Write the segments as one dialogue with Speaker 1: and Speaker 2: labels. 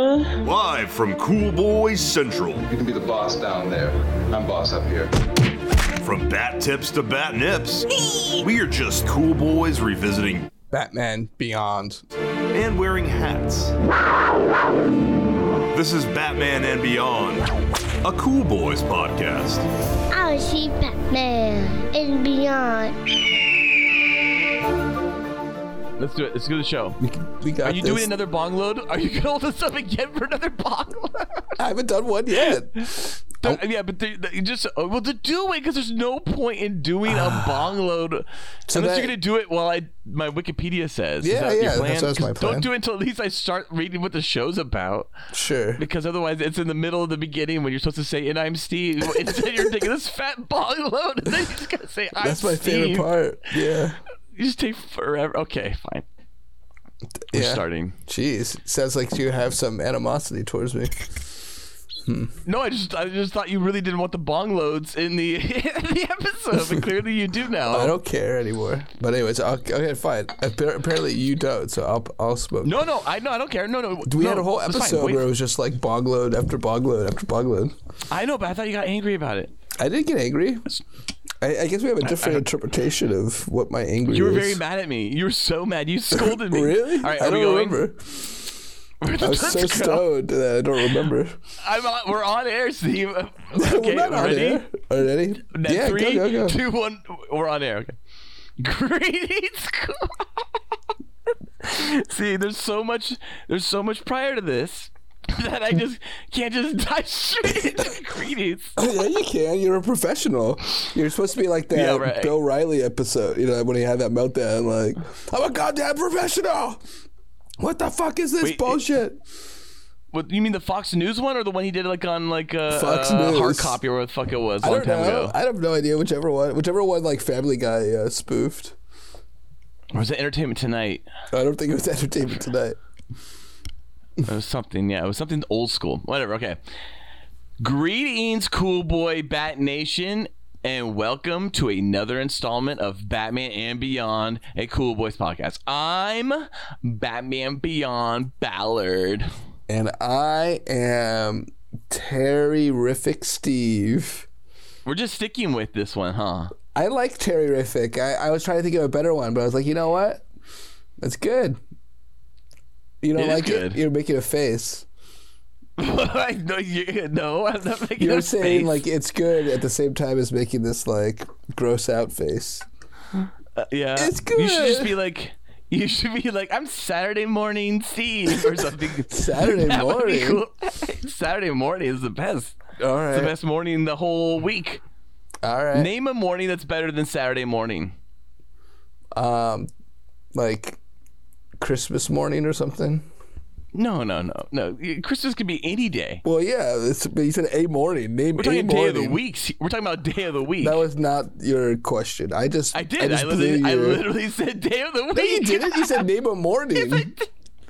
Speaker 1: Live from Cool Boys Central,
Speaker 2: You can be the boss down there. I'm boss up here.
Speaker 1: from bat tips to bat nips, we are just cool boys revisiting
Speaker 3: Batman Beyond.
Speaker 1: and wearing hats. This is Batman and Beyond, a Cool Boys podcast.
Speaker 4: I was see Oh, Batman and beyond.
Speaker 5: Let's do it. Let's do the show.
Speaker 3: We, can- we got
Speaker 5: Are you
Speaker 3: this.
Speaker 5: doing another bong load? Are you gonna hold us up again for another bong load?
Speaker 3: I haven't done one yet.
Speaker 5: Don't- yeah, but they, they just oh, well to do it because there's no point in doing a bong load unless
Speaker 3: that-
Speaker 5: you're gonna do it while I my Wikipedia says. Is
Speaker 3: Yeah,
Speaker 5: that your
Speaker 3: yeah, that's-
Speaker 5: plan?
Speaker 3: that's my
Speaker 5: 'Cause
Speaker 3: plan.
Speaker 5: Don't do it until at least I start reading what the show's about
Speaker 3: Sure.
Speaker 5: because otherwise it's in the middle of the beginning when you're supposed to say and I'm Steve. Instead you're taking this fat bong load and then you just gotta say I'm
Speaker 3: That's my favorite
Speaker 5: Steve."
Speaker 3: part. Yeah.
Speaker 5: You just take forever. Okay, fine. We're
Speaker 3: yeah.
Speaker 5: starting.
Speaker 3: Jeez. Sounds like you have some animosity towards me.
Speaker 5: No, I just I just thought you really didn't want the bong loads in the in the episode, but clearly you do now.
Speaker 3: I don't care anymore. But anyways, I'll, okay, fine. Appar- Apparently you don't, so I'll I'll smoke.
Speaker 5: no, no, I no, I don't care. No, no.
Speaker 3: We
Speaker 5: no,
Speaker 3: had a whole
Speaker 5: it's fine.
Speaker 3: episode
Speaker 5: Wait.
Speaker 3: where it was just like bogload after bogload after bogload.
Speaker 5: I know, but I thought you got angry about it.
Speaker 3: I didn't get angry. I, I guess we have a different interpretation of what my anger
Speaker 5: You were
Speaker 3: is.
Speaker 5: very mad at me. You were so mad. You scolded me.
Speaker 3: Really?
Speaker 5: All right,
Speaker 3: I
Speaker 5: are
Speaker 3: don't
Speaker 5: we going?
Speaker 3: remember. I was
Speaker 5: Let's
Speaker 3: so
Speaker 5: go.
Speaker 3: stoned that I don't remember.
Speaker 5: I'm on, we're on air, Steve. Okay,
Speaker 3: We're not on
Speaker 5: ready?
Speaker 3: air. Are you ready?
Speaker 5: Now,
Speaker 3: yeah,
Speaker 5: three,
Speaker 3: go, go, go.
Speaker 5: two, one. We're on air. Okay. Greetings. See, there's so much. There's so much prior to this that I just can't just dive straight into greetings.
Speaker 3: yeah, you can. You're a professional. You're supposed to be like that
Speaker 5: Yeah, right.
Speaker 3: Bill Riley episode, you know, when he had that meltdown, like, I'm a goddamn professional. What the fuck is this
Speaker 5: Wait, it-
Speaker 3: bullshit?
Speaker 5: What you mean, the Fox News one, or the one he did like on like uh,
Speaker 3: Fox
Speaker 5: uh, hard
Speaker 3: News.
Speaker 5: copy or what the fuck it was a
Speaker 3: I
Speaker 5: long
Speaker 3: don't
Speaker 5: time
Speaker 3: know.
Speaker 5: ago?
Speaker 3: I have no idea whichever one, whichever one like Family Guy uh, spoofed.
Speaker 5: Or was it Entertainment Tonight?
Speaker 3: I don't think it was Entertainment Tonight.
Speaker 5: It was something, yeah. It was something old school. Whatever, okay. Greetings, cool boy Bat Nation, and welcome to another installment of Batman and Beyond, a Cool Boys podcast. I'm Batman Beyond Ballard.
Speaker 3: And I am Terrific Steve.
Speaker 5: We're just sticking with this one, huh?
Speaker 3: I like Terrific. I, I was trying to think of a better one, but I was like, you know what? That's good. You don't
Speaker 5: It is
Speaker 3: like
Speaker 5: good.
Speaker 3: it? You're making a face.
Speaker 5: no, you, no, I'm not making
Speaker 3: You're
Speaker 5: a
Speaker 3: saying
Speaker 5: face.
Speaker 3: like it's good at the same time as making this like gross out face.
Speaker 5: Uh, yeah,
Speaker 3: it's
Speaker 5: You should just
Speaker 3: good.
Speaker 5: be like, you should be like, I'm Saturday morning Steve or something.
Speaker 3: Saturday
Speaker 5: That would be
Speaker 3: morning.
Speaker 5: cool. Saturday morning is the best.
Speaker 3: All
Speaker 5: It's the
Speaker 3: right.
Speaker 5: best morning the whole week.
Speaker 3: All right.
Speaker 5: Name a morning that's better than Saturday morning.
Speaker 3: um, like Christmas morning or something.
Speaker 5: No, no, no, no. Christmas could be any day.
Speaker 3: Well, yeah. It's, but you said a morning. Name
Speaker 5: We're
Speaker 3: a
Speaker 5: talking day
Speaker 3: morning.
Speaker 5: of the week. We're talking about day of the week.
Speaker 3: That was not your question. I just
Speaker 5: I did. I,
Speaker 3: just
Speaker 5: literally,
Speaker 3: believe
Speaker 5: I
Speaker 3: you.
Speaker 5: literally said day of the week.
Speaker 3: No, you didn't. You said name a morning.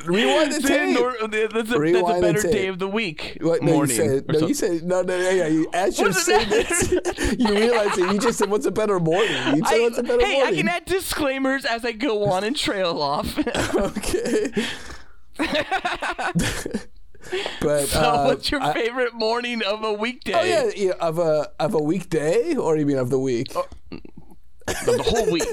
Speaker 3: Rewind the
Speaker 5: Say
Speaker 3: tape.
Speaker 5: nor- that's, a, that's a
Speaker 3: Rewind the
Speaker 5: better
Speaker 3: tape.
Speaker 5: day of the week.
Speaker 3: What? No,
Speaker 5: morning.
Speaker 3: you said.
Speaker 5: or
Speaker 3: No,
Speaker 5: something.
Speaker 3: you said. No, no, yeah, yeah. You, as you're
Speaker 5: does
Speaker 3: saying
Speaker 5: it
Speaker 3: this, you realize it. You just said, "What's a better morning?" You said,
Speaker 5: I-
Speaker 3: "What's a better
Speaker 5: hey, I
Speaker 3: morning?"
Speaker 5: can add disclaimers as I go on and trail off.
Speaker 3: okay. but
Speaker 5: so,
Speaker 3: uh,
Speaker 5: what's your
Speaker 3: I-
Speaker 5: favorite morning of a weekday?
Speaker 3: oh yeah, yeah, of a of a weekday, or you mean of the week?
Speaker 5: Oh, Of the whole week.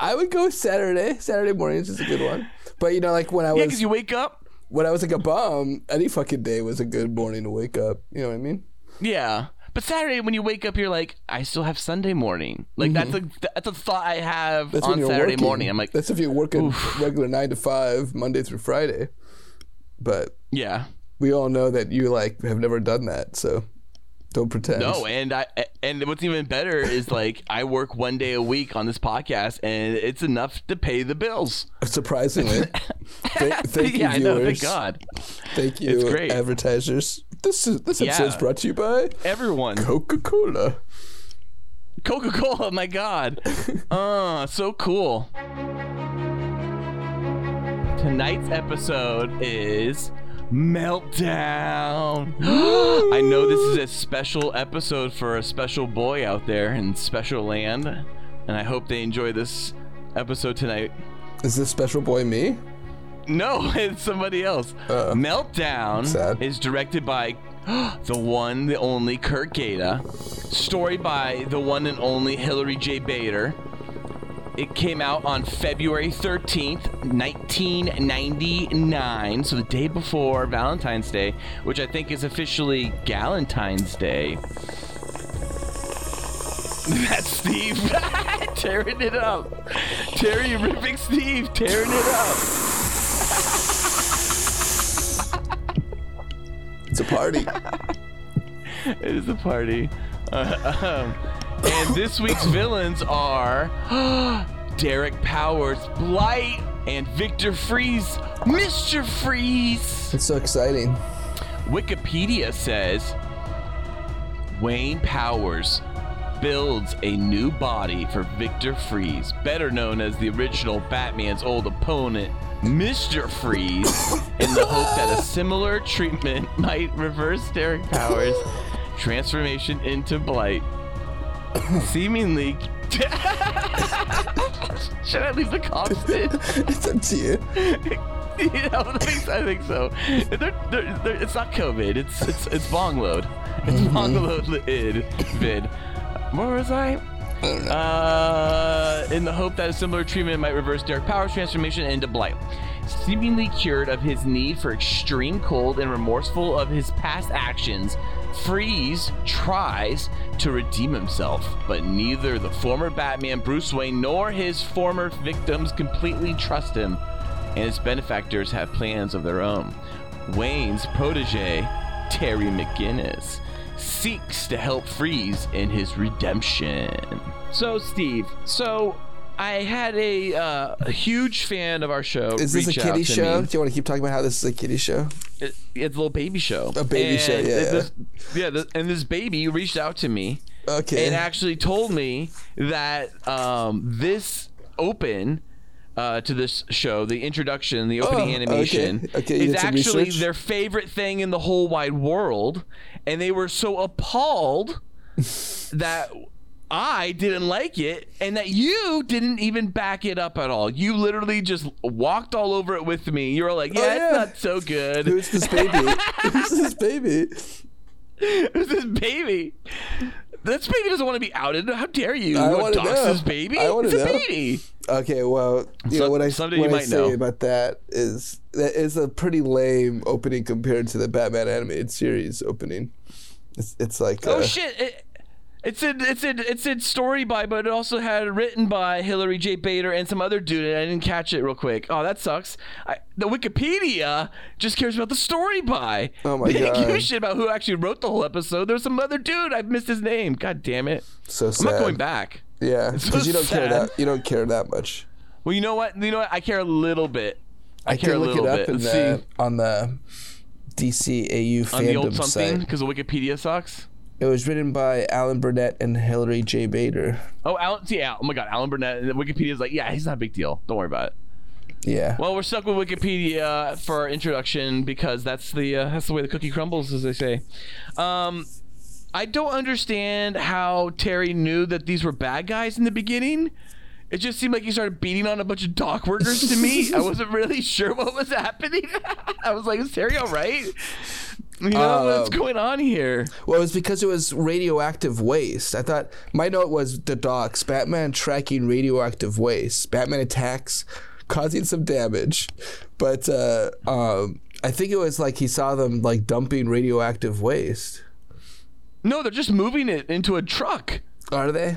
Speaker 3: I would go Saturday. Saturday mornings is a good one. But you know, like when I
Speaker 5: yeah,
Speaker 3: was
Speaker 5: because you wake up.
Speaker 3: when I was like a bum, any fucking day was a good morning to wake up. You know what I mean?
Speaker 5: Yeah. But Saturday, when you wake up, you're like, I still have Sunday morning. Like that's a that's a thought I have
Speaker 3: Mm-hmm. That's when
Speaker 5: on
Speaker 3: you're
Speaker 5: Saturday
Speaker 3: working.
Speaker 5: morning. I'm like,
Speaker 3: that's if you're working regular nine to five, Monday through Friday. But
Speaker 5: yeah,
Speaker 3: we all know that you like have never done that, so don't pretend.
Speaker 5: no. And I and what's even better is like I work one day a week on this podcast, and it's enough to pay the bills.
Speaker 3: surprisingly. Th- thank you,
Speaker 5: yeah, I
Speaker 3: viewers.
Speaker 5: know. Thank God,
Speaker 3: Thank you,
Speaker 5: It's great.
Speaker 3: advertisers. This is this
Speaker 5: Yeah.
Speaker 3: episode's brought to you by
Speaker 5: everyone.
Speaker 3: Coca Cola.
Speaker 5: Coca Cola, my God. Uh, so cool. Tonight's episode is Meltdown. I know this is a special episode for a special boy out there in special land, and I hope they enjoy this episode tonight.
Speaker 3: Is this special boy me?
Speaker 5: No, it's somebody else. Meltdown
Speaker 3: Sad.
Speaker 5: is directed by the one, the only Kurt Gaeta. Story by the one and only Hillary J. Bader. It came out on February 13th, 1999, so the day before Valentine's Day, which I think is officially Galentine's Day. That's Steve tearing it up. Terry ripping Steve tearing it up.
Speaker 3: It's a party.
Speaker 5: It is a party. Uh, um, and this week's villains are Derek Powers, Blight, and Victor Freeze, Mr. Freeze.
Speaker 3: it's so exciting.
Speaker 5: Wikipedia says Wayne Powers builds a new body for Victor Freeze, better known as the original Batman's old opponent, Mr. Freeze, in the hope that a similar treatment might reverse Derek Powers' transformation into Blight. Seemingly. Should I leave the cops in?
Speaker 3: It's up to you.
Speaker 5: yeah, I think so. I think so. They're, they're, they're, it's not COVID. It's it's it's bong load. It's bong load li- id vid. Where was I? Uh, in the hope that a similar treatment might reverse Derek Power's transformation into Blight. Seemingly cured of his need for extreme cold and remorseful of his past actions, Freeze tries to redeem himself, but neither the former Batman Bruce Wayne nor his former victims completely trust him, and his benefactors have plans of their own. Wayne's protege, Terry McGinnis, seeks to help Freeze in his redemption. So, Steve, so I had a, uh, a huge fan of our show.
Speaker 3: Is this a
Speaker 5: reach out
Speaker 3: kiddie
Speaker 5: to
Speaker 3: show?
Speaker 5: me.
Speaker 3: Do you want to keep talking about how this is a kiddie show?
Speaker 5: It- it's a little baby show.
Speaker 3: A baby
Speaker 5: And
Speaker 3: show, yeah.
Speaker 5: This, yeah, this, and this baby reached out to me
Speaker 3: Okay.
Speaker 5: and actually told me that um, this open uh, to this show, the introduction, the opening
Speaker 3: Oh,
Speaker 5: animation,
Speaker 3: okay. Okay, you
Speaker 5: is
Speaker 3: did some
Speaker 5: actually
Speaker 3: research?
Speaker 5: their favorite thing in the whole wide world, and they were so appalled that. I didn't like it, and that you didn't even back it up at all. You literally just walked all over it with me. You were like, "Yeah,
Speaker 3: Oh, yeah.
Speaker 5: it's not so good."
Speaker 3: Who's this baby? Who's this baby?
Speaker 5: Who's this baby? This baby doesn't want to be outed. How dare you?
Speaker 3: I
Speaker 5: You want
Speaker 3: wanna
Speaker 5: dox
Speaker 3: know.
Speaker 5: this baby?
Speaker 3: I wanna
Speaker 5: it's a
Speaker 3: know.
Speaker 5: baby.
Speaker 3: Okay, well, you know
Speaker 5: Some-
Speaker 3: what I
Speaker 5: someday you
Speaker 3: what I
Speaker 5: might
Speaker 3: say
Speaker 5: know.
Speaker 3: about that is that is a pretty lame opening compared to the Batman animated series opening. It's, it's like
Speaker 5: Oh
Speaker 3: uh,
Speaker 5: shit! It, it's in it's in it's in story by, but it also had it written by Hillary J. Bader and some other dude, and I didn't catch it real quick. Oh, that sucks. I, the Wikipedia just cares about the story by.
Speaker 3: Oh, my
Speaker 5: they They give a
Speaker 3: God.
Speaker 5: shit about who actually wrote the whole episode. There's some other dude. I've missed his name. God damn it!
Speaker 3: so
Speaker 5: I'm
Speaker 3: sad.
Speaker 5: not going back.
Speaker 3: Yeah,
Speaker 5: so
Speaker 3: because you don't care
Speaker 5: sad.
Speaker 3: that you don't care that much.
Speaker 5: Well, you know what? You know what? I care a little bit. I,
Speaker 3: You
Speaker 5: care
Speaker 3: can
Speaker 5: a
Speaker 3: look
Speaker 5: little
Speaker 3: it up
Speaker 5: bit.
Speaker 3: in
Speaker 5: Let's
Speaker 3: the,
Speaker 5: see.
Speaker 3: on the DCAU fandom
Speaker 5: on the old something
Speaker 3: site.
Speaker 5: because the Wikipedia sucks.
Speaker 3: It was written by Alan Burnett and Hillary J. Bader.
Speaker 5: Oh, Alan, see, Al, oh my God, Alan Burnett. And Wikipedia's like, yeah, he's not a big deal. Don't worry about it.
Speaker 3: Yeah.
Speaker 5: Well, we're stuck with Wikipedia for our introduction because that's the uh, that's the way the cookie crumbles, as they say. Um, I don't understand how Terry knew that these were bad guys in the beginning. It just seemed like he started beating on a bunch of dock workers to me. I wasn't really sure what was happening. I was like, is Terry all right? You know, what's
Speaker 3: Um,
Speaker 5: going on here?
Speaker 3: Well, it was because it was radioactive waste. I thought my note was the docs Batman tracking radioactive waste. Batman attacks, causing some damage, but uh, um, I think it was like he saw them like dumping radioactive waste.
Speaker 5: No, they're just moving it into a truck.
Speaker 3: Are they?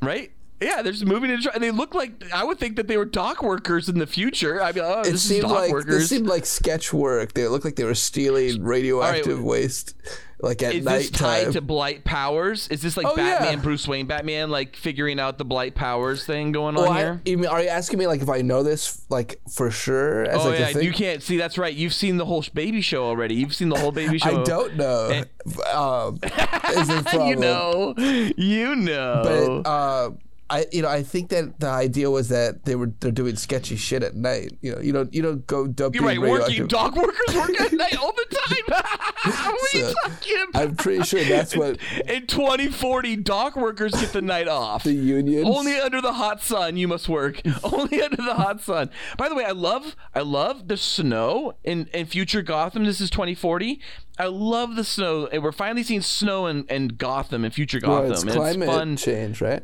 Speaker 5: right? Yeah, they're just moving into. And they look like I would think that they were dock workers in the future. I'd be like, oh,
Speaker 3: It
Speaker 5: this is
Speaker 3: seemed
Speaker 5: dock
Speaker 3: like
Speaker 5: workers.
Speaker 3: this seemed like sketch work. They looked like they were stealing radioactive waste, like at
Speaker 5: is
Speaker 3: nighttime.
Speaker 5: this tied to blight powers? Is this like
Speaker 3: Oh, yeah.
Speaker 5: Batman, Bruce Wayne, Batman, like figuring out the blight powers thing going
Speaker 3: Well,
Speaker 5: on
Speaker 3: I-
Speaker 5: here?
Speaker 3: you mean, are you asking me like if I know this like for sure? As,
Speaker 5: oh
Speaker 3: like, a
Speaker 5: yeah,
Speaker 3: thing?
Speaker 5: you can't see. That's right. You've seen the whole sh- baby show already. You've seen the whole baby show.
Speaker 3: I don't know. Um, is the problem.
Speaker 5: You know. You know.
Speaker 3: But, uh, I you know I think that the idea was that they were they're doing sketchy shit at night. You know you don't you don't go dump.
Speaker 5: You're right. Working dog workers work at night all the time. what are you
Speaker 3: So,
Speaker 5: talking about?
Speaker 3: I'm pretty sure that's what
Speaker 5: In 2040, dock workers get the night off.
Speaker 3: the unions.
Speaker 5: Only under the hot sun you must work. Only under the hot sun. By the way, I love I love the snow in, in future Gotham. This is 2040. I love the snow. And we're finally seeing snow in, in Gotham and future
Speaker 3: Well,
Speaker 5: Gotham.
Speaker 3: it's
Speaker 5: and
Speaker 3: climate
Speaker 5: it's fun.
Speaker 3: change, right?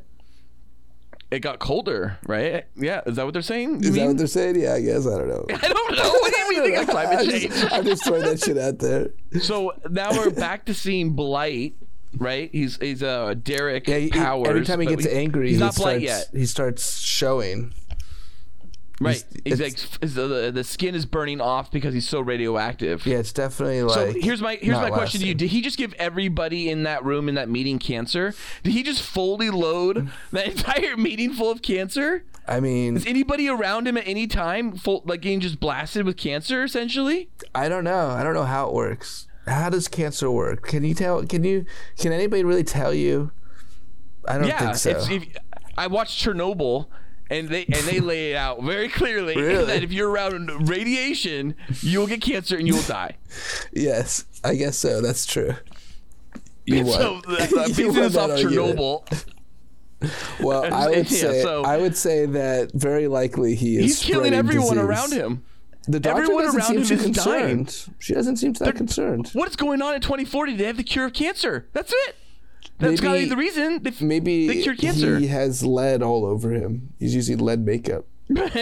Speaker 5: It got colder, right? Yeah, is that what they're saying? You
Speaker 3: Is that
Speaker 5: mean-
Speaker 3: what they're saying? Yeah, I guess I don't know.
Speaker 5: I don't know. What do you mean they got
Speaker 3: I'm
Speaker 5: climate change?
Speaker 3: just, I'm just throwing that shit out there.
Speaker 5: So now we're back to seeing Blight, right? He's he's uh Derek
Speaker 3: Yeah, he,
Speaker 5: Powers.
Speaker 3: every time he
Speaker 5: but
Speaker 3: gets
Speaker 5: we-
Speaker 3: angry,
Speaker 5: he's
Speaker 3: he
Speaker 5: not
Speaker 3: starts,
Speaker 5: Blight yet,
Speaker 3: He starts showing.
Speaker 5: right? He's
Speaker 3: it's-
Speaker 5: like f- his- the, the skin is burning off because he's so radioactive.
Speaker 3: Yeah, it's definitely
Speaker 5: So
Speaker 3: like.
Speaker 5: here's my here's my
Speaker 3: not
Speaker 5: question to you:
Speaker 3: lasting.
Speaker 5: Did he just give everybody in that room in that meeting cancer? Did he just fully load that entire meeting full of cancer?
Speaker 3: I mean,
Speaker 5: Is anybody around him at any time full like getting just blasted with cancer essentially?
Speaker 3: I don't know. I don't know how it works. How does cancer work? Can you tell? Can you? Can anybody really tell you? I don't
Speaker 5: yeah,
Speaker 3: think so.
Speaker 5: it's- if- I watched Chernobyl, and they and they lay it out very clearly
Speaker 3: Really?
Speaker 5: that if you're around radiation, you'll get cancer and you'll die.
Speaker 3: yes, I guess so. That's true. You
Speaker 5: And
Speaker 3: won.
Speaker 5: so that's I'm
Speaker 3: You
Speaker 5: basing
Speaker 3: won
Speaker 5: this off
Speaker 3: that argument.
Speaker 5: Chernobyl.
Speaker 3: Well, I would
Speaker 5: Yeah,
Speaker 3: say
Speaker 5: so-
Speaker 3: I would say that very likely he is.
Speaker 5: He's killing
Speaker 3: spreading
Speaker 5: everyone
Speaker 3: disease.
Speaker 5: around him.
Speaker 3: The doctor
Speaker 5: Everyone
Speaker 3: doesn't
Speaker 5: around him
Speaker 3: seem too
Speaker 5: is dying.
Speaker 3: concerned. She doesn't seem that concerned.
Speaker 5: What is going on in 2040? They have the cure of cancer. That's it. That's got to be
Speaker 3: Maybe-
Speaker 5: the reason. They, they
Speaker 3: Maybe
Speaker 5: cure cancer,
Speaker 3: he has lead all over him. He's using lead makeup.
Speaker 5: but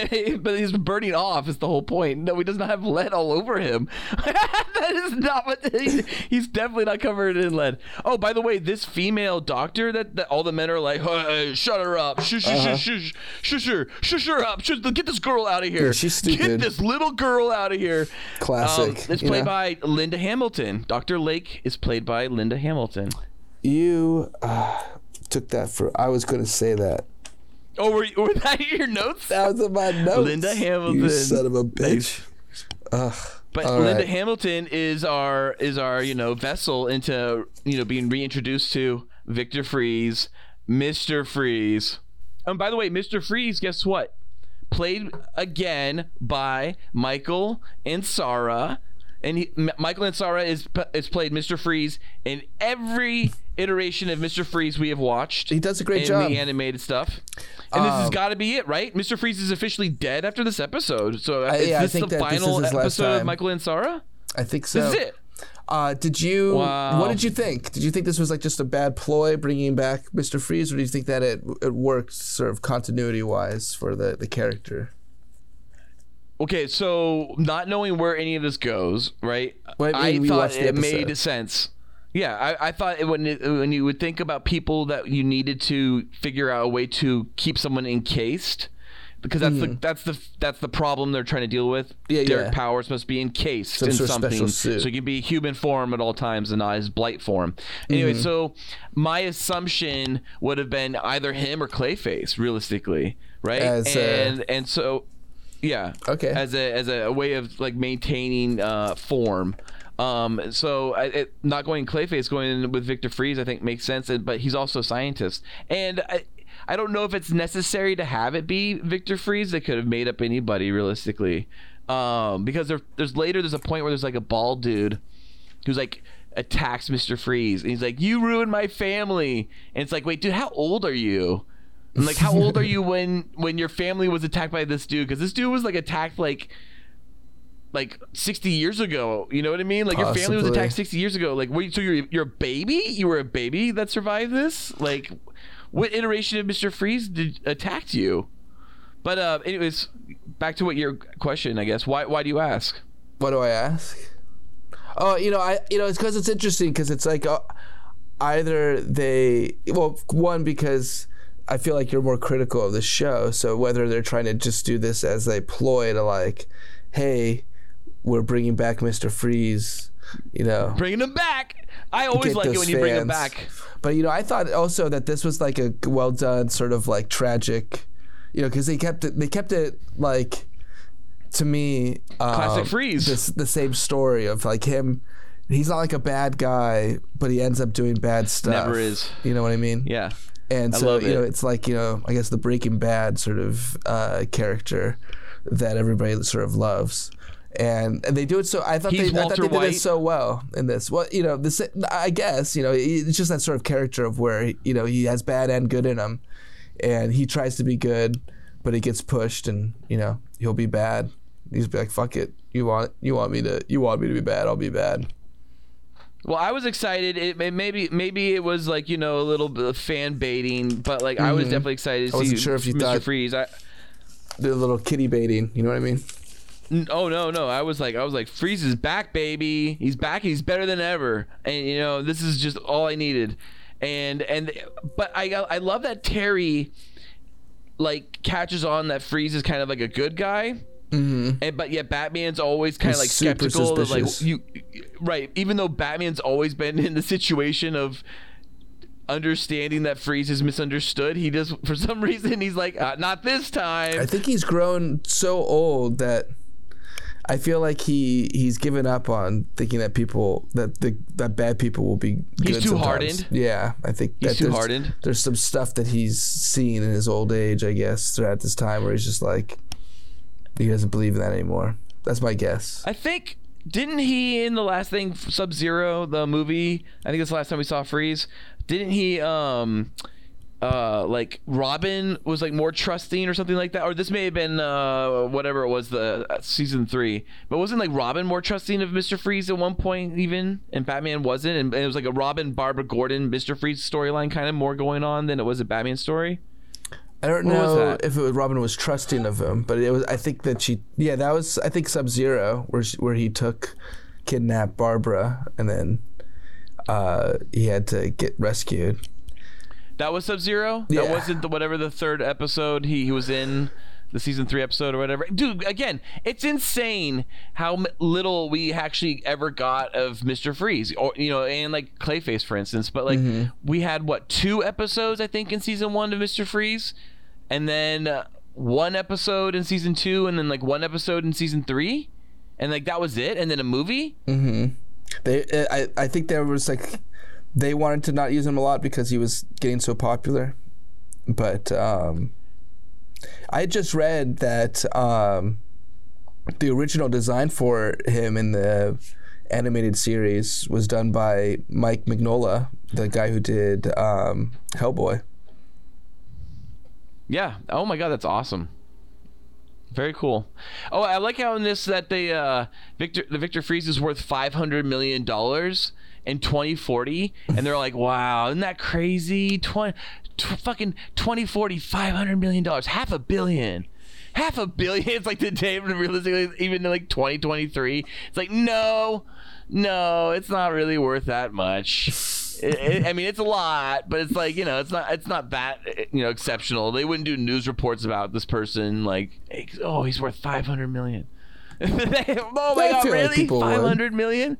Speaker 5: he's burning off. Is the whole point? No, he does not have lead all over him. that is not what he, he's definitely not covered in lead. Oh, by the way, this female doctor that, that all the men are like, hey, shut her up, shush, shush,
Speaker 3: Uh-huh.
Speaker 5: shush, shush, shush, her, shush her up, shush, get this girl out of here.
Speaker 3: Yeah, she's
Speaker 5: Get
Speaker 3: stupid.
Speaker 5: this little girl out of here.
Speaker 3: Classic,
Speaker 5: Um, it's
Speaker 3: you
Speaker 5: played
Speaker 3: know?
Speaker 5: by Linda Hamilton. Dr. Lake is played by Linda Hamilton.
Speaker 3: You uh, took that for. I was going to say that.
Speaker 5: Oh, were, you- were that in your notes?
Speaker 3: That was in my notes.
Speaker 5: Linda Hamilton.
Speaker 3: You son of a bitch.
Speaker 5: But
Speaker 3: All
Speaker 5: Linda
Speaker 3: right.
Speaker 5: Hamilton is our is our you know vessel into you know being reintroduced to Victor Freeze, Mister Freeze. And by the way, Mister Freeze, guess what? Played again by Michael and Sarah, and he, M- Michael and Sarah is p- is played Mister Freeze in every iteration of Mister Freeze we have watched.
Speaker 3: He does a great
Speaker 5: in
Speaker 3: job.
Speaker 5: the animated stuff. And this has
Speaker 3: Um,
Speaker 5: got to be it, right? Mr. Freeze is officially dead after this episode. So
Speaker 3: I-
Speaker 5: is
Speaker 3: yeah, I
Speaker 5: this
Speaker 3: think
Speaker 5: the
Speaker 3: that this
Speaker 5: final
Speaker 3: is his last
Speaker 5: episode of
Speaker 3: time.
Speaker 5: Michael and Sarah?
Speaker 3: I think so.
Speaker 5: This is it.
Speaker 3: Uh, did you?
Speaker 5: Wow.
Speaker 3: What did you think? Did you think this was like just a bad ploy bringing back Mr. Freeze, or do you think that it it worked sort of continuity wise for the the character?
Speaker 5: Okay, so not knowing where any of this goes, right?
Speaker 3: Well, I
Speaker 5: I
Speaker 3: mean, we
Speaker 5: thought
Speaker 3: watched the
Speaker 5: it made
Speaker 3: episode.
Speaker 5: sense. Yeah, I, I thought it, when it, when you would think about people that you needed to figure out a way to keep someone encased, because that's the that's the that's the problem they're trying to deal with.
Speaker 3: Mm-hmm. Yeah,
Speaker 5: Derek
Speaker 3: yeah.
Speaker 5: Powers must be encased in
Speaker 3: sort of
Speaker 5: something,
Speaker 3: special suit.
Speaker 5: so he can be human form at all times and not his blight form. Anyway,
Speaker 3: Mm-hmm.
Speaker 5: so my assumption would have been either him or Clayface, realistically, right?
Speaker 3: As, uh,
Speaker 5: and and so yeah.
Speaker 3: Okay.
Speaker 5: As a as a way of like maintaining uh, form. Um, so I, it, not going Clayface, going with Victor Freeze, I think makes sense. and- But he's also a scientist, and I, I don't know if it's necessary to have it be Victor Freeze. They could have made up anybody realistically, um, because there, there's later there's a point where there's like a bald dude who's like attacks Mr. Freeze, and he's like, "You ruined my family," and it's like, "Wait, dude, how old are you?" And like, how old are you when when your family was attacked by this dude? Because this dude was like attacked like like 60 years ago. You know what I mean? Like your family was
Speaker 3: Possibly.
Speaker 5: attacked 60 years ago. Like, wait, so you're you're a baby? You were a baby that survived this? Like, what iteration of Mister Freeze did attacked you? But uh, anyways, back to what your question, I guess. Why why do you ask?
Speaker 3: What do I ask? Oh, you know, I you know, it's because it's interesting because it's like uh, either they well, one because I feel like you're more critical of the show, so whether they're trying to just do this as a ploy to like, hey, we're bringing back Mister Freeze, you know,
Speaker 5: Bringing him back. I always
Speaker 3: get
Speaker 5: like it
Speaker 3: those
Speaker 5: when you bring him
Speaker 3: fans.
Speaker 5: back.
Speaker 3: But you know, I thought also that this was like a well done sort of like tragic, you know, because they kept it. They kept it like to me um,
Speaker 5: Classic Freeze.
Speaker 3: This the same story of like him. He's not like a bad guy, but he ends up doing bad stuff.
Speaker 5: Never is.
Speaker 3: You know what I mean?
Speaker 5: Yeah.
Speaker 3: And so
Speaker 5: love
Speaker 3: you know,
Speaker 5: it.
Speaker 3: it's like you know, I guess the Breaking Bad sort of uh, character that everybody sort of loves. And, and they do it so I thought
Speaker 5: He's
Speaker 3: they, I thought
Speaker 5: Walter
Speaker 3: they did
Speaker 5: White.
Speaker 3: it so well in this. Well, you know, this I guess you know it's just that sort of character of where you know he has bad and good in him, and he tries to be good, but he gets pushed, and you know he'll be bad. He's be like, "Fuck it, you want you want me to you want me to be bad? I'll be bad."
Speaker 5: Well, I was excited. It, may- maybe maybe it was like you know a little bit of fan baiting, but like I was definitely excited to
Speaker 3: Mm-hmm. I wasn't
Speaker 5: see
Speaker 3: sure if you
Speaker 5: Mr.
Speaker 3: thought-
Speaker 5: Freeze. I,
Speaker 3: The little kitty baiting, you know what I mean?
Speaker 5: n- oh no no, I was like I was like Freeze is back, baby. He's back. He's better than ever. And you know this is just all I needed. And and but I I love that Terry like catches on that Freeze is kind of like a good guy. And but yet Batman's always kind of
Speaker 3: Mm-hmm. He's
Speaker 5: like
Speaker 3: super
Speaker 5: skeptical of like
Speaker 3: suspicious.
Speaker 5: you right even though Batman's always been in the situation of understanding that Freeze is misunderstood he just for some reason he's like uh, not this time
Speaker 3: I think he's grown so old that I feel like he he's given up on thinking that people that the that bad people will be.
Speaker 5: He's
Speaker 3: good
Speaker 5: too
Speaker 3: sometimes.
Speaker 5: hardened.
Speaker 3: Yeah, I think
Speaker 5: He's
Speaker 3: that
Speaker 5: too
Speaker 3: there's-
Speaker 5: hardened.
Speaker 3: There's some stuff that he's seen in his old age, I guess, throughout this time where he's just like he doesn't believe in that anymore. That's my guess.
Speaker 5: I think didn't he in the last thing Sub Zero the movie? I think it's the last time we saw Freeze. Didn't he um uh like Robin was like more trusting or something like that? Or this may have been uh whatever it was the uh, season three. But wasn't like Robin more trusting of Mister Freeze at one point even, and Batman wasn't, and, and it was like a Robin Barbara Gordon Mister Freeze storyline kind of more going on than it was a Batman story.
Speaker 3: I don't
Speaker 5: was
Speaker 3: know
Speaker 5: that?
Speaker 3: if it was Robin was trusting of him, but it was. I think that she. Yeah, that was. I think Sub Zero, where she, where he took, kidnapped Barbara, and then, uh, he had to get rescued.
Speaker 5: That was Sub Zero. That
Speaker 3: Yeah.
Speaker 5: wasn't the whatever the third episode he, he was in, the season three episode or whatever. Dude, again, it's insane how m- little we actually ever got of Mister Freeze, or you know, and like Clayface for instance. But like we had what two episodes I think in season one of Mister Freeze, and then uh, one episode in season two, and then like one episode in season three, and like that was it, and then a movie.
Speaker 3: They. eh, I. I think there was like, they wanted to not use him a lot because he was getting so popular, but um. I just read that um, the original design for him in the animated series was done by Mike Mignola, the guy who did um, Hellboy.
Speaker 5: Yeah. Oh my god, that's awesome. Very cool. Oh, I like how in this that they uh Victor the Victor Freeze is worth five hundred million dollars in twenty forty, and they're like, wow, isn't that crazy? Twenty, tw- fucking 2040, 500 million dollars, half a billion. Half a billion. It's like today, realistically, even in like 2023, it's like no, no, it's not really worth that much. It- it- I mean, it's a lot, but it's like you know, it's not it's not that you know exceptional. They wouldn't do news reports about this person like, oh, he's worth 500 million. oh my
Speaker 3: I
Speaker 5: god,
Speaker 3: feel like
Speaker 5: really?
Speaker 3: people would.
Speaker 5: 500 million?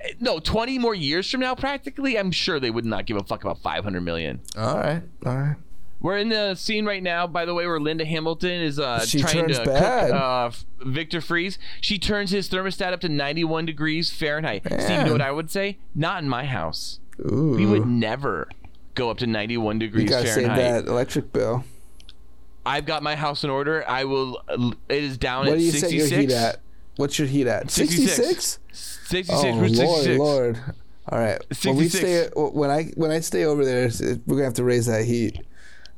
Speaker 5: Eh, No, 20 more years from now, practically, I'm sure they would not give a fuck about 500 million.
Speaker 3: All right, all right.
Speaker 5: We're in the scene right now, by the way, where Linda Hamilton is uh,
Speaker 3: She
Speaker 5: trying
Speaker 3: turns
Speaker 5: to
Speaker 3: bad.
Speaker 5: cook uh, F- Victor Freeze. She turns his thermostat up to 91 degrees Fahrenheit. Steve, you know
Speaker 3: Man.
Speaker 5: what I would say? Not in my house.
Speaker 3: Ooh,
Speaker 5: We would never go up to 91
Speaker 3: you
Speaker 5: degrees
Speaker 3: gotta save
Speaker 5: Fahrenheit.
Speaker 3: that electric bill.
Speaker 5: I've got my house in order. I will. It is down
Speaker 3: What
Speaker 5: at
Speaker 3: do you
Speaker 5: 66.
Speaker 3: set your heat at? What's your heat at?
Speaker 5: 66.
Speaker 3: 66?
Speaker 5: 66.
Speaker 3: Oh
Speaker 5: Route
Speaker 3: lord,
Speaker 5: 66.
Speaker 3: lord. All right. When we
Speaker 5: 66.
Speaker 3: stay, when I when I stay over there, it's- we're gonna have to raise that heat.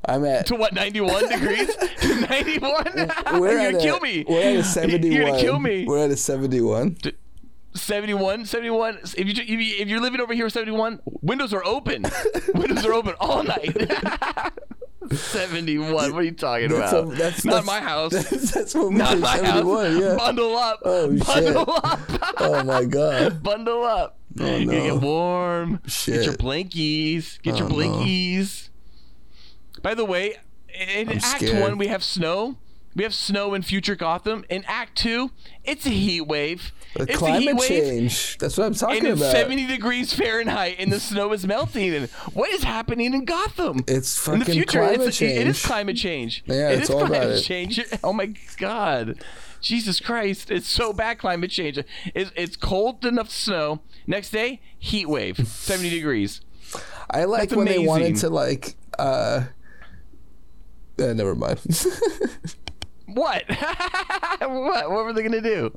Speaker 3: I'm at
Speaker 5: To what? 91 degrees? 91?
Speaker 3: We're
Speaker 5: You're
Speaker 3: at
Speaker 5: gonna
Speaker 3: a,
Speaker 5: kill me.
Speaker 3: We're at
Speaker 5: You-
Speaker 3: a 71.
Speaker 5: You're gonna kill me.
Speaker 3: We're at a 71.
Speaker 5: 71 71 if you if, you, if you're living over here with 71 windows are open windows are open all night 71 what are you talking
Speaker 3: That's
Speaker 5: about
Speaker 3: a- that's-
Speaker 5: not
Speaker 3: that's-
Speaker 5: my house
Speaker 3: That's, that's what we
Speaker 5: not
Speaker 3: did,
Speaker 5: my house
Speaker 3: 71. Yeah.
Speaker 5: bundle up
Speaker 3: Oh,
Speaker 5: bundle
Speaker 3: shit.
Speaker 5: up
Speaker 3: Oh my god.
Speaker 5: bundle up
Speaker 3: Oh,
Speaker 5: you
Speaker 3: no.
Speaker 5: get warm get your
Speaker 3: Shit.
Speaker 5: blankies get your
Speaker 3: Oh, no.
Speaker 5: blankies by the way in
Speaker 3: I'm
Speaker 5: act
Speaker 3: scared.
Speaker 5: 1 we have snow we have snow in future Gotham. In Act Two, it's a heat wave.
Speaker 3: The
Speaker 5: it's a heat
Speaker 3: climate
Speaker 5: wave.
Speaker 3: change. That's what I'm talking
Speaker 5: and it's
Speaker 3: about.
Speaker 5: 70 degrees Fahrenheit, and the snow is melting. And what is happening in Gotham?
Speaker 3: It's
Speaker 5: in the
Speaker 3: fucking
Speaker 5: future,
Speaker 3: climate
Speaker 5: it's, it- it is
Speaker 3: change.
Speaker 5: climate change.
Speaker 3: Yeah,
Speaker 5: It
Speaker 3: it's
Speaker 5: is
Speaker 3: all about
Speaker 5: climate
Speaker 3: it.
Speaker 5: change. Oh my god, Jesus Christ! It's so bad. Climate change. It's, it's cold enough snow. Next day, heat wave, 70 degrees.
Speaker 3: I like
Speaker 5: That's
Speaker 3: when they wanted
Speaker 5: amazing.
Speaker 3: to like uh, eh, never mind.
Speaker 5: What? what? What were they gonna do?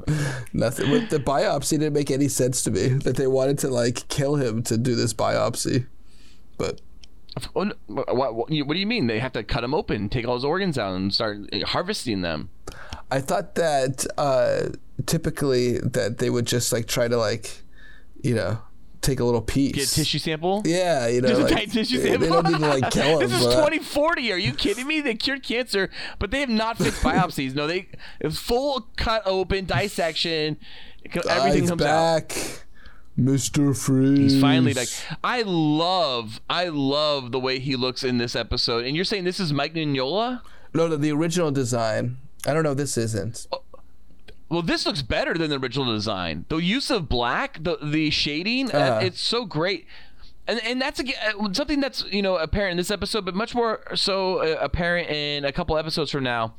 Speaker 3: Nothing. With the biopsy didn't make any sense to me that they wanted to like kill him to do this biopsy, but
Speaker 5: What, what, what do you mean? They have to cut him open, take all his organs out, and start harvesting them.
Speaker 3: I thought that uh, typically that they would just like try to like, you know, take a little piece.
Speaker 5: Get a tissue sample.
Speaker 3: Yeah, you know,
Speaker 5: Just a
Speaker 3: like,
Speaker 5: tight tissue
Speaker 3: they-
Speaker 5: sample.
Speaker 3: They don't even like kill him.
Speaker 5: this is
Speaker 3: but-
Speaker 5: 2040. Are you kidding me? They cured cancer, but they have not fixed biopsies. No, they it's full cut open dissection. Everything
Speaker 3: Eyes
Speaker 5: comes out.
Speaker 3: back, Mr. Freeze.
Speaker 5: He's finally like I love I love the way he looks in this episode. And you're saying this is Mike Mignola?
Speaker 3: no, no, the original design. I don't know. This isn't.
Speaker 5: Oh. Well, this looks better than the original design. The use of black, the the shading, uh,
Speaker 3: Uh-huh.
Speaker 5: it's so great. And, and that's again, uh, something that's you know apparent in this episode, but much more so uh, apparent in a couple episodes from now,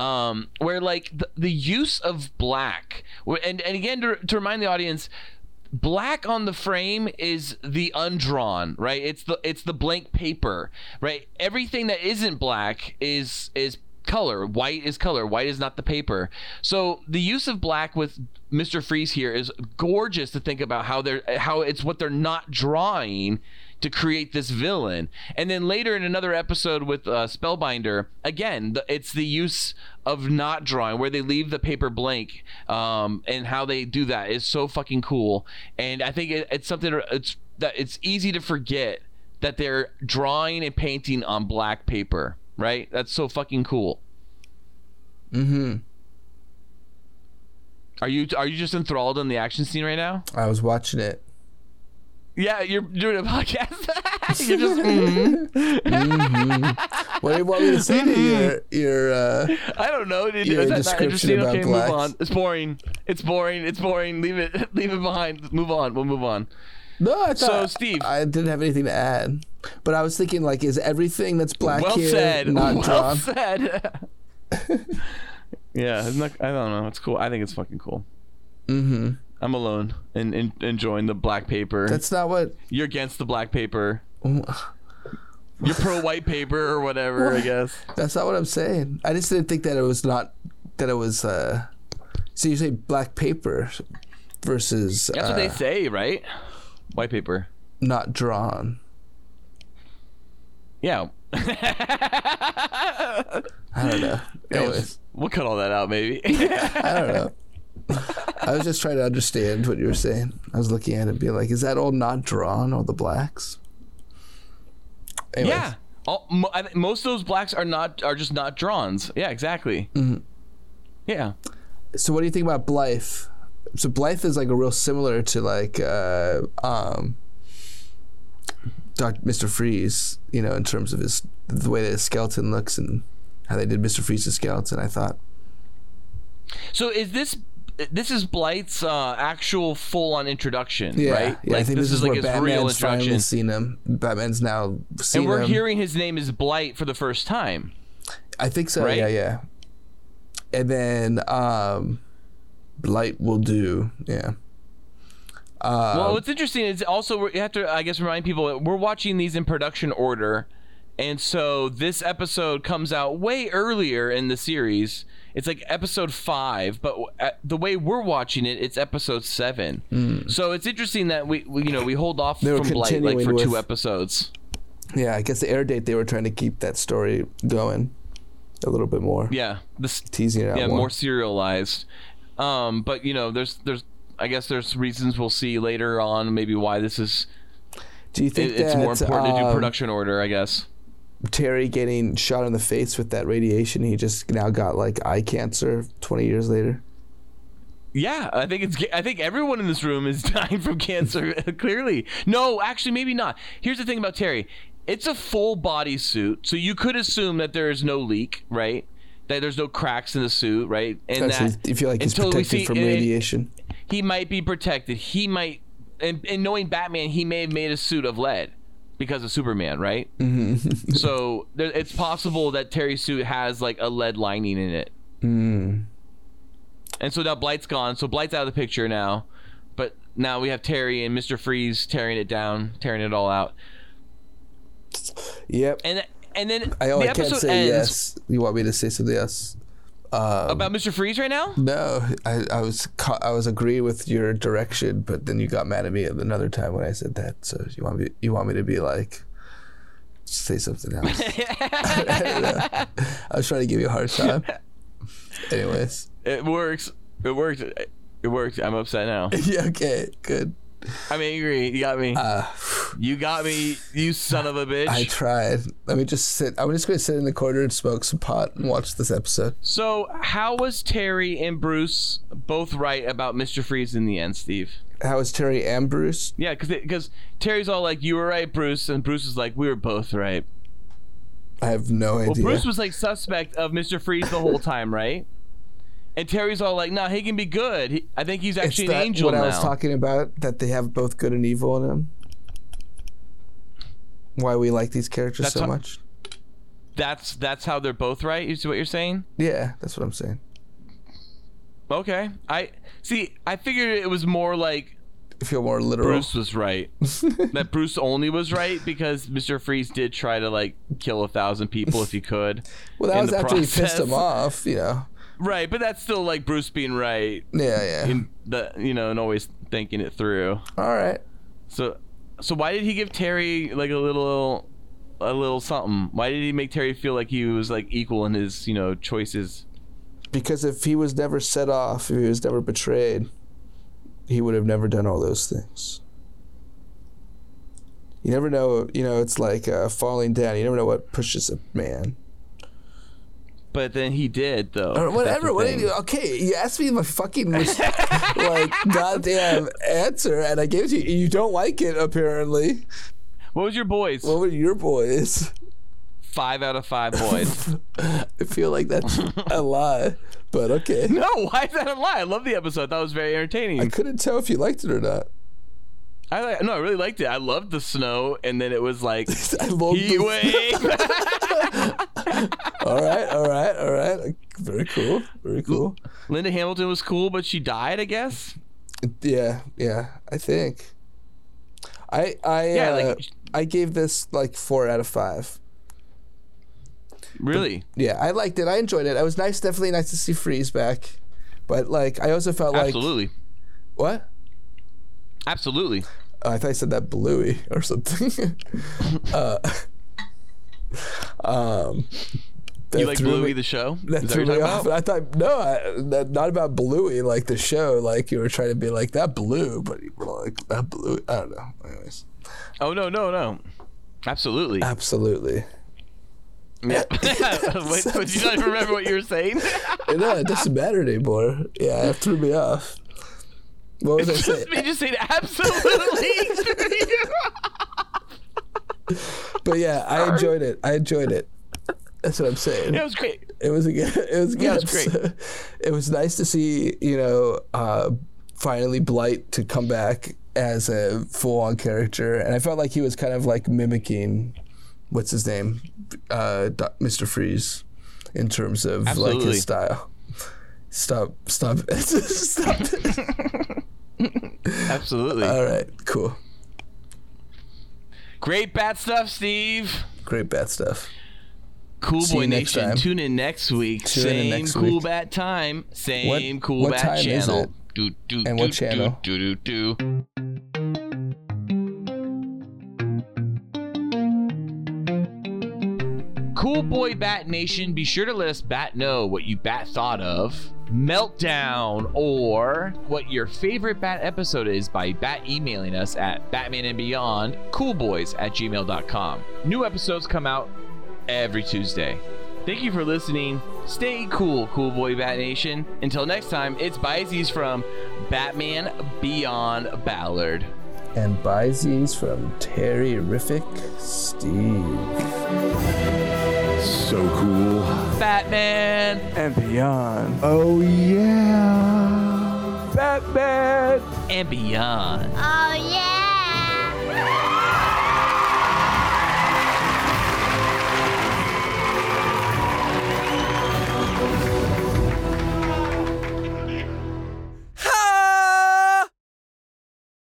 Speaker 5: um, where like the, the use of black, wh- and and again to, to remind the audience, black on the frame is the undrawn right it's the it's the blank paper right everything that isn't black is is color white is color white is not the paper so the use of black with mr freeze here is gorgeous to think about how they're how it's what they're not drawing to create this villain and then later in another episode with uh, spellbinder again the, it's the use of not drawing where they leave the paper blank um, and how they do that is so fucking cool and i think it, it's something it's that it's easy to forget that they're drawing and painting on black paper right that's so fucking cool mm-hmm are you are you just enthralled in the action scene right now
Speaker 3: I was watching it.
Speaker 5: yeah you're doing a podcast you're just mm.
Speaker 3: Mm-hmm. What do you want me to say to your
Speaker 5: Mm-hmm.
Speaker 3: your? Uh,
Speaker 5: I don't know. Is
Speaker 3: Your
Speaker 5: that not
Speaker 3: description
Speaker 5: interesting?
Speaker 3: about
Speaker 5: Okay,
Speaker 3: blacks.
Speaker 5: move on. It's boring. It's boring. It's boring. Leave it. Leave it behind. Move on. We'll move on.
Speaker 3: no, I thought
Speaker 5: So, Steve.
Speaker 3: I didn't have anything to add, but I was thinking like, is everything that's black
Speaker 5: well
Speaker 3: here
Speaker 5: said.
Speaker 3: not
Speaker 5: well
Speaker 3: drawn?
Speaker 5: said. yeah, it's not, I don't know. It's cool. I think it's fucking cool. Mm-hmm. I'm alone and, and enjoying the black paper.
Speaker 3: That's not what.
Speaker 5: You're against the black paper. You're pro white paper or whatever, I guess.
Speaker 3: That's not what I'm saying. I just didn't think that it was not that it was. uh So you say black paper versus
Speaker 5: That's
Speaker 3: uh,
Speaker 5: what they say, right? White paper.
Speaker 3: not drawn.
Speaker 5: Yeah.
Speaker 3: I don't know. Anyways,
Speaker 5: Anyways, we'll cut all that out, maybe.
Speaker 3: I don't know. I was just trying to understand what you were saying. I was looking at it and being like, is that all not drawn, all the blacks? Anyways,
Speaker 5: Yeah. All, mo- I think most of those blacks are not are just not drawns. Yeah, exactly.
Speaker 3: Mm-hmm.
Speaker 5: Yeah.
Speaker 3: So what do you think about Blythe? So Blythe is like a real similar to like uh, um, Doc, Mr. Freeze, you know, in terms of his the way that his skeleton looks and how they did Mr. Freeze's skeleton. I thought
Speaker 5: So is this this is Blight's uh, actual full on introduction,
Speaker 3: Yeah,
Speaker 5: right?
Speaker 3: Yeah, I think this, is, where Batman's finally seen him. Batman's now seen
Speaker 5: And we're
Speaker 3: him.
Speaker 5: hearing his name is Blight for the first time.
Speaker 3: I think so.
Speaker 5: right?
Speaker 3: Yeah, yeah. And then um, light will do. Yeah. Um,
Speaker 5: well, what's interesting is also we have to I guess remind people that we're watching these in production order, and so this episode comes out way earlier in the series. It's like episode five, but w- uh, the way we're watching it, it's episode seven. So it's interesting that we, we you know we hold off
Speaker 3: Hmm. were
Speaker 5: from Blight like
Speaker 3: continuing
Speaker 5: for two
Speaker 3: with-
Speaker 5: episodes.
Speaker 3: Yeah, I guess the air date they were trying to keep that story going a little bit more.
Speaker 5: Yeah, this
Speaker 3: Teasing it out
Speaker 5: yeah
Speaker 3: more.
Speaker 5: more serialized um but you know there's there's i guess there's reasons we'll see later on maybe why this is
Speaker 3: do you think
Speaker 5: it- it's
Speaker 3: that,
Speaker 5: more important to do
Speaker 3: um,
Speaker 5: production order i guess
Speaker 3: Terry getting shot in the face with that radiation, he just now got like eye cancer 20 years later?
Speaker 5: yeah i think it's i think everyone in this room is dying from cancer clearly no actually maybe not here's the thing about terry it's a full body suit so you could assume that there is no leak right that there's no cracks in the suit right and
Speaker 3: Actually,
Speaker 5: that
Speaker 3: you feel like he's
Speaker 5: until we
Speaker 3: protected
Speaker 5: see-
Speaker 3: from
Speaker 5: and-
Speaker 3: radiation.
Speaker 5: he might be protected. He might, and, and knowing Batman, he may have made a suit of lead because of Superman, right? Mm-hmm. so there, it's possible that Terry's suit has like a lead lining in it. Mm. And so now Blight's gone. So Blight's out of the picture now, but now we have Terry and Mister Freeze tearing it down, tearing it all out.
Speaker 3: Yep.
Speaker 5: And and then
Speaker 3: I, oh,
Speaker 5: the
Speaker 3: I can't
Speaker 5: episode ends
Speaker 3: say yes. You want me to say something else?
Speaker 5: about Mr. Freeze right now.
Speaker 3: No, I, I was ca- I was agreeing with your direction, but then you got mad at me at another time when I said that. So you want me you want me to be like, say something else. I, don't know. I was trying to give you a hard time. Anyways,
Speaker 5: It works. It worked. It worked. I'm upset now.
Speaker 3: yeah, okay, good.
Speaker 5: I'm angry. You got me. you got me. You son of a bitch.
Speaker 3: Uh, I tried. Let me just sit. I'm just gonna sit in the corner and smoke some pot and watch this episode.
Speaker 5: so, how was Terry and Bruce both right about Mr. Freeze in the end, Steve?
Speaker 3: How is Terry and Bruce?
Speaker 5: Yeah, because because Terry's all like, "You were right, Bruce," and Bruce is like, "We were both right."
Speaker 3: I have no
Speaker 5: Well,
Speaker 3: idea.
Speaker 5: Bruce was like suspect of Mr. Freeze the whole time, right? And Terry's all like, "No, he can be good. He, I think he's
Speaker 3: it's
Speaker 5: actually
Speaker 3: that
Speaker 5: an angel
Speaker 3: what
Speaker 5: now."
Speaker 3: I was talking about that they have both good and evil in them. Why we like these characters
Speaker 5: That's
Speaker 3: so
Speaker 5: how-
Speaker 3: much?
Speaker 5: that's that's how they're both right. Is what you're saying?
Speaker 3: Yeah, that's what I'm saying.
Speaker 5: Okay. I see. I figured it was more like
Speaker 3: I feel more literal.
Speaker 5: Bruce was right. that Bruce only was right because Mr. Freeze did try to like kill a thousand people if he could.
Speaker 3: well, that
Speaker 5: in
Speaker 3: was
Speaker 5: the
Speaker 3: after he pissed
Speaker 5: process.
Speaker 3: him off, you know.
Speaker 5: Right, but that's still like Bruce being right
Speaker 3: Yeah, yeah.
Speaker 5: in the you know and always thinking it through.
Speaker 3: All right.
Speaker 5: So so why did he give Terry like a little a little something? Why did he make Terry feel like he was like equal in his, you know, choices?
Speaker 3: Because if he was never set off, if he was never betrayed, he would have never done all those things. You never know. You know, it's like uh, falling down. You never know what pushes a man.
Speaker 5: But then he did though.
Speaker 3: Or
Speaker 5: 'cause that's the
Speaker 3: whatever. What do
Speaker 5: thing.
Speaker 3: you Okay, you asked me my fucking like goddamn answer, and I gave it to you. You don't like it, apparently.
Speaker 5: What was your boys?
Speaker 3: What were your boys?
Speaker 5: 5 out of 5 boys.
Speaker 3: I feel like that's a lie, but okay.
Speaker 5: no, why is that a lie? I love the episode. That was very entertaining.
Speaker 3: I couldn't tell if you liked it or not.
Speaker 5: I like, no, I really liked it. I loved the snow, and then it was like
Speaker 3: I love
Speaker 5: heat
Speaker 3: the-
Speaker 5: wave.
Speaker 3: All right, all right, all right. Very cool. Very cool.
Speaker 5: Linda Hamilton was cool, but she died, I guess.
Speaker 3: Yeah, yeah. I think. I I
Speaker 5: Yeah,
Speaker 3: uh,
Speaker 5: like-
Speaker 3: I gave this like four out of five.
Speaker 5: Really?
Speaker 3: Yeah, I liked it. I enjoyed it. It was nice, definitely nice to see Freeze back. But like, I also felt like
Speaker 5: Absolutely.
Speaker 3: what?
Speaker 5: Absolutely.
Speaker 3: Oh, I thought I said that Bluey or something. uh, um,
Speaker 5: You like Bluey the show?
Speaker 3: That
Speaker 5: Is that
Speaker 3: threw
Speaker 5: what you're
Speaker 3: me
Speaker 5: talking
Speaker 3: off.
Speaker 5: about?
Speaker 3: And I thought no, I, that, not about Bluey like the show. Like you were trying to be like that blue, but you were like that blue. I don't know. Anyways,
Speaker 5: Oh no, no, no. Absolutely.
Speaker 3: Uh, absolutely.
Speaker 5: Yeah. Wait, but do you not even remember what you were saying?
Speaker 3: And no, it doesn't matter anymore. Yeah, it threw me off. What was I saying?
Speaker 5: just me just saying absolutely.
Speaker 3: But yeah, I enjoyed it. I enjoyed it. That's what I'm saying.
Speaker 5: that was great.
Speaker 3: It was a good. It was a good.
Speaker 5: Yeah, it's great.
Speaker 3: episode. It was nice to see you know uh, finally Blight to come back as a full on character, and I felt like he was kind of like mimicking what's his name, uh, Doc- Mr. Freeze, in terms of like
Speaker 5: Absolutely.
Speaker 3: his style. Stop! Stop! it. stop! it.
Speaker 5: Absolutely.
Speaker 3: All right, cool.
Speaker 5: great bat stuff, Steve.
Speaker 3: Great bat stuff.
Speaker 5: Cool
Speaker 3: See
Speaker 5: boy
Speaker 3: you next
Speaker 5: nation.
Speaker 3: time.
Speaker 5: Tune in next week.
Speaker 3: Tune in
Speaker 5: same
Speaker 3: next
Speaker 5: cool
Speaker 3: week.
Speaker 5: bat time. Same cool
Speaker 3: what
Speaker 5: bat
Speaker 3: time is
Speaker 5: channel.
Speaker 3: it?
Speaker 5: Do, do,
Speaker 3: And what
Speaker 5: do,
Speaker 3: channel?
Speaker 5: Do, do, do, do. Cool Boy Bat Nation, be sure to let us bat know what you bat thought of, Meltdown, or what your favorite bat episode is by bat emailing us at Batman and Beyond, coolboys at gmail.com. New episodes come out every Tuesday. Thank you for listening. Stay cool, Cool Boy Bat Nation. Until next time, it's Bizees from Batman Beyond Ballard.
Speaker 3: And Byzies from Terry Riffic, Steve.
Speaker 1: So cool.
Speaker 5: Batman!
Speaker 3: and beyond.
Speaker 1: Oh, yeah.
Speaker 3: Batman!
Speaker 5: and beyond.
Speaker 4: Oh yeah!